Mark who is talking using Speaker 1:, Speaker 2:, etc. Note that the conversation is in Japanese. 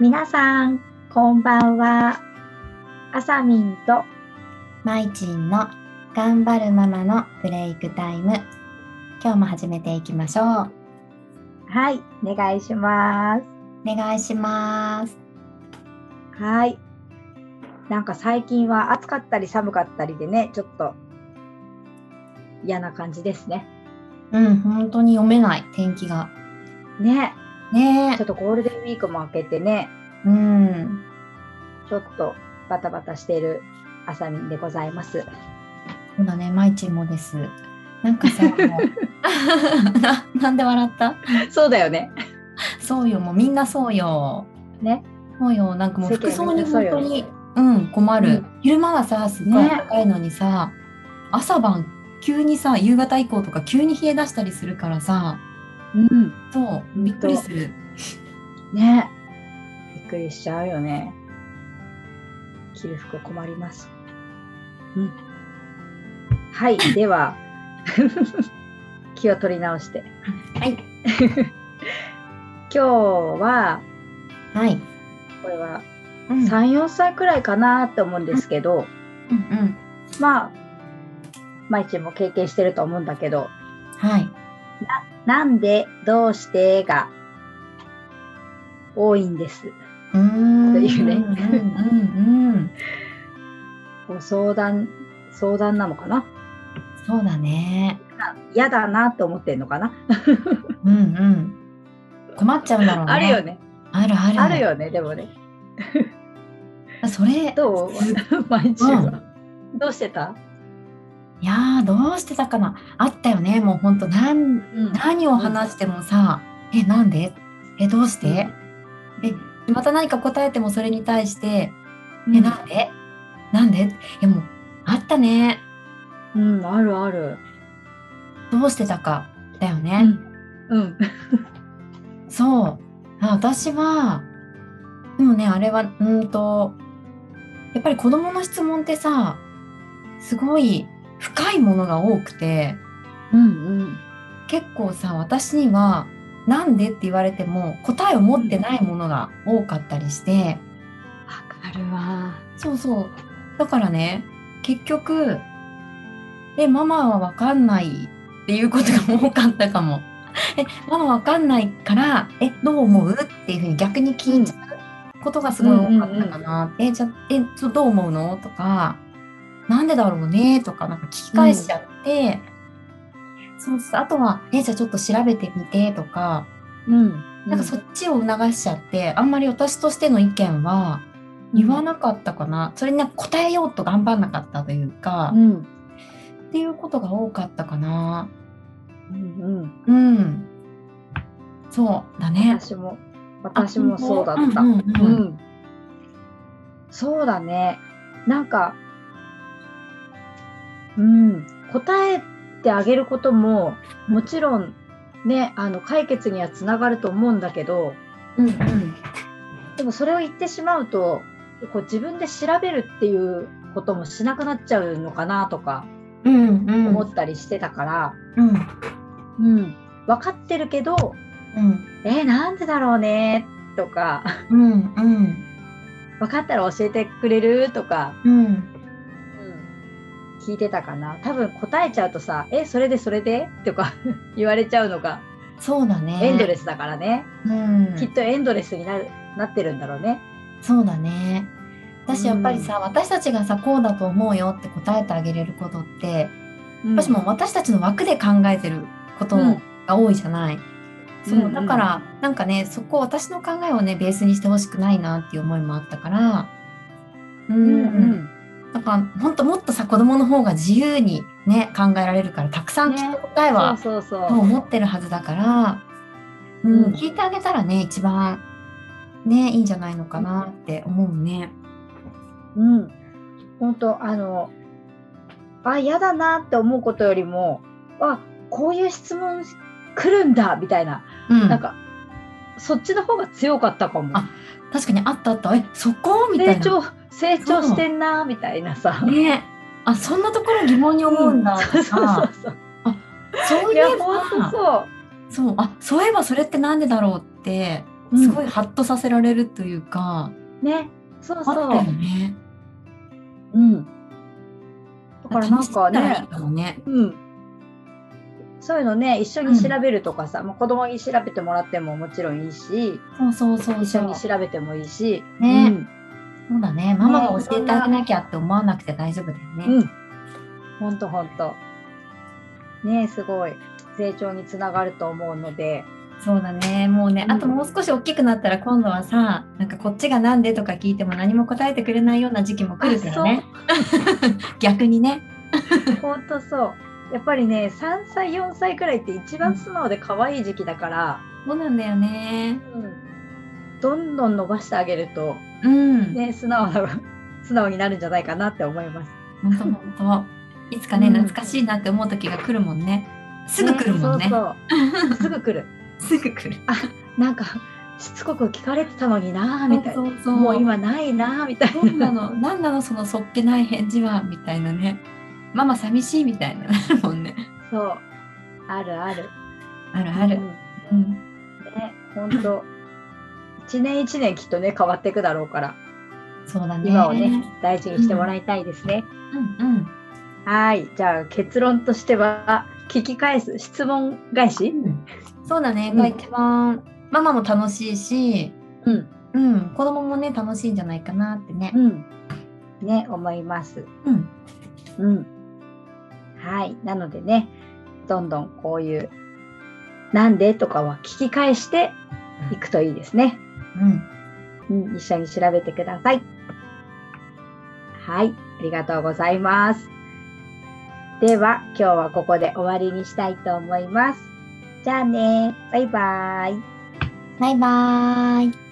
Speaker 1: 皆さん、こんばんは。あさみんと
Speaker 2: まいちんの頑張るママのブレイクタイム今日も始めていきましょう
Speaker 1: はい、お願いします。
Speaker 2: お願いします
Speaker 1: はい。なんか最近は暑かったり寒かったりでね、ちょっと嫌な感じですね。
Speaker 2: うん本当に読めない天気が
Speaker 1: ね、
Speaker 2: ね
Speaker 1: ちょっとゴールデンウィークも明けてね、
Speaker 2: うん
Speaker 1: ちょっとバタバタしているあさみんでございます。
Speaker 2: そうだねまいちんもですなんかさもう ななんで笑った
Speaker 1: そうだよね。
Speaker 2: そうよもうみんなそうよ
Speaker 1: ね。
Speaker 2: そうよなんかもう
Speaker 1: 世間
Speaker 2: 服装に
Speaker 1: みんなそう
Speaker 2: 本
Speaker 1: よ
Speaker 2: 当にうん困る、
Speaker 1: うん
Speaker 2: 昼間はさすごい
Speaker 1: ね
Speaker 2: 高いのにさ、朝晩急にさ夕方以降とか急に冷え出したりするからさ
Speaker 1: うん。
Speaker 2: そうびっくりする
Speaker 1: ね。びっくりしちゃうよね。着る服困ります。うん。 はい、では、気を取り直して。
Speaker 2: はい
Speaker 1: 今日は、
Speaker 2: はい
Speaker 1: これは
Speaker 2: うん
Speaker 1: 3、4歳くらいかなって思うんですけど、
Speaker 2: うん
Speaker 1: まあ、毎日も経験してると思うんだけど、
Speaker 2: うん、はい。
Speaker 1: なんで、どうしてが多いんです。
Speaker 2: うーん
Speaker 1: というね
Speaker 2: うんうんうん、
Speaker 1: ご相談、相談なのかな
Speaker 2: そうだね。
Speaker 1: 嫌だなと思ってんのかな
Speaker 2: うんうん。困っちゃうんだろうね。
Speaker 1: あるよ。ね。
Speaker 2: あるある。
Speaker 1: ある。よね、でもね。
Speaker 2: それ。
Speaker 1: どう毎週
Speaker 2: う
Speaker 1: は。どうしてた
Speaker 2: いやーどうしてたかな。あったよね。もう本当なん
Speaker 1: うん
Speaker 2: 何を話してもさ、えなんで、えどうして、えまた何か答えてもそれに対して、えなんで、なんで、えもうあったね。
Speaker 1: うん、あるある。
Speaker 2: どうしてたかだよね。
Speaker 1: うん。
Speaker 2: そう。あ私は、でもね、あれは、うーんと、やっぱり子供の質問ってさ、すごい深いものが多くて、
Speaker 1: うん
Speaker 2: 結構さ、私には、なんでって言われても答えを持ってないものが多かったりして、
Speaker 1: わかるわ。
Speaker 2: そうそう。だからね、結局、え、ママはわかんないっていうことが多かったかも。え、ママわかんないから、え、どう思うっていうふうに逆に聞いちゃうことがすごい多かったかな。え、じゃ、え、そうどう思うのとか、なんでだろうねとか、なんか聞き返しちゃって、そうそう。あとは、え、じゃあちょっと調べてみてとか、
Speaker 1: うん。
Speaker 2: なんかそっちを促しちゃって、あんまり私としての意見は、言わなかったかな、それになんか答えようと頑張んなかったというか、
Speaker 1: うん。うん
Speaker 2: っていうことが多かったかな
Speaker 1: うんうん。
Speaker 2: うんそうだね
Speaker 1: 私も、私もそうだっ
Speaker 2: う
Speaker 1: た。
Speaker 2: んうん
Speaker 1: う
Speaker 2: うん
Speaker 1: ん。そうだね。なんか、うん、答えてあげることも、もちろん、ね、あの解決にはつながると思うんだけど、
Speaker 2: うんうん
Speaker 1: でもそれを言ってしまうとこう自分で調べるっていうこともしなくなっちゃうのかなとか
Speaker 2: うんうん
Speaker 1: 思ったりしてたから、
Speaker 2: うん
Speaker 1: うん分かってるけど
Speaker 2: うん
Speaker 1: えーなんでだろうねとか
Speaker 2: うんうん
Speaker 1: 分かったら教えてくれるとか、
Speaker 2: うん
Speaker 1: 聞いてたかな多分答えちゃうとさえそれでそれでとか 言われちゃうのが
Speaker 2: そうだね
Speaker 1: エンドレ
Speaker 2: ス、
Speaker 1: スだからね、
Speaker 2: うん、
Speaker 1: きっとエンドレスになるなってるんだろうね。
Speaker 2: そうだね私やっぱりさ、私たちがさこうだと思うよって答えてあげれることって
Speaker 1: うん
Speaker 2: 私もう私たちの枠で考えてること
Speaker 1: うん
Speaker 2: が多いじゃない。そううんだから、なんかねそこ私の考えをねベースにしてほしくないなっていう思いもあったからうん
Speaker 1: う
Speaker 2: うん
Speaker 1: うん
Speaker 2: だからほんともっとさ子供の方が自由にね考えられるからたくさん
Speaker 1: ね
Speaker 2: きっと答え
Speaker 1: そう
Speaker 2: は、
Speaker 1: そうそう。
Speaker 2: もう持ってるはずだから、うん
Speaker 1: うん
Speaker 2: 聞いてあげたらね一番ねいいんじゃないのかなって思うね。
Speaker 1: うん、本当あのあ嫌だなって思うことよりもあこういう質問来るんだみたいな、
Speaker 2: うん、
Speaker 1: なんかそっちの方が強かったかも
Speaker 2: あ確かにあったあったえそこみた
Speaker 1: 成
Speaker 2: いな。
Speaker 1: 長成長してんなみたいなさ、
Speaker 2: ねあそんなところ疑問に思うんだと
Speaker 1: そうそう
Speaker 2: か、
Speaker 1: そう
Speaker 2: そう
Speaker 1: い
Speaker 2: いえ
Speaker 1: や
Speaker 2: ば
Speaker 1: 本当そう
Speaker 2: そうあそういえばそれってなんでだろうって
Speaker 1: うん
Speaker 2: すごいハッとさせられるというか、
Speaker 1: ね。そう
Speaker 2: あ
Speaker 1: そ
Speaker 2: ったよ
Speaker 1: う。
Speaker 2: ね。
Speaker 1: うん。だからなんか
Speaker 2: 楽しめたらい
Speaker 1: ね
Speaker 2: い。かもね。
Speaker 1: うん。そういうのね、一緒に調べるとかさ、もう子供に調べてもらってももちろんいいし、
Speaker 2: そうそうそう
Speaker 1: 一
Speaker 2: そ
Speaker 1: 緒
Speaker 2: う。
Speaker 1: に調べてもいいし、
Speaker 2: ねそうだね。ママが教えてあ
Speaker 1: そ
Speaker 2: げ
Speaker 1: んな
Speaker 2: なきゃって思わなくて大丈夫だよね。
Speaker 1: うん。うん。ほんとほんと。ねすごい。成長につながると思うので、
Speaker 2: そうだね。もうね、
Speaker 1: うん
Speaker 2: あともう少し大きくなったら今度はさ、なんかこっちがなんでとか聞いても何も答えてくれないような時期も来るからね。 逆にね。
Speaker 1: ほんとそう。やっぱりね、3歳、4歳くらいって一番素直で可愛い時期だから、
Speaker 2: そうなんだよね。
Speaker 1: どんどん伸ばしてあげると、
Speaker 2: うん。
Speaker 1: ね、素直な、 素直になるんじゃないかなって思います。
Speaker 2: 本当本当。いつかね、
Speaker 1: うん
Speaker 2: 懐かしいなって思う時が来るもんね。すぐ来るもんね。
Speaker 1: そうそう。 すぐ来る。
Speaker 2: すぐ来る。
Speaker 1: なんか、しつこく聞かれてたのになぁ、みたいな。
Speaker 2: そうそう。
Speaker 1: もう。今ないなぁ、みたい
Speaker 2: 何な
Speaker 1: な。
Speaker 2: の、何なの、そのそっけない返事はみたいなね。ママ寂しいみたいな。なるもんね。
Speaker 1: そう。あるある。
Speaker 2: あるあ
Speaker 1: う
Speaker 2: る。
Speaker 1: ん
Speaker 2: うん。
Speaker 1: ね、ほんと。 一年一年きっとね、変わっていくだろうから、
Speaker 2: そうだね。
Speaker 1: 今をね、大事にしてもらいたいですね。
Speaker 2: うんうん。
Speaker 1: はい。じゃあ、結論としては、聞き返す、質問返し
Speaker 2: そうだね。
Speaker 1: うん
Speaker 2: が一番ママも楽しいし、
Speaker 1: うん。
Speaker 2: うん、子供もね楽しいんじゃないかなってね
Speaker 1: う。ん。ね、思います。
Speaker 2: うん。
Speaker 1: うん。はい。なのでね、どんどんこういう、なんでとかは聞き返していくといいですね。
Speaker 2: うん。
Speaker 1: うん。一緒に調べてください。はい。ありがとうございます。では、今日はここで終わりにしたいと思います。じゃあね。バイバイ。
Speaker 2: バイバーイ。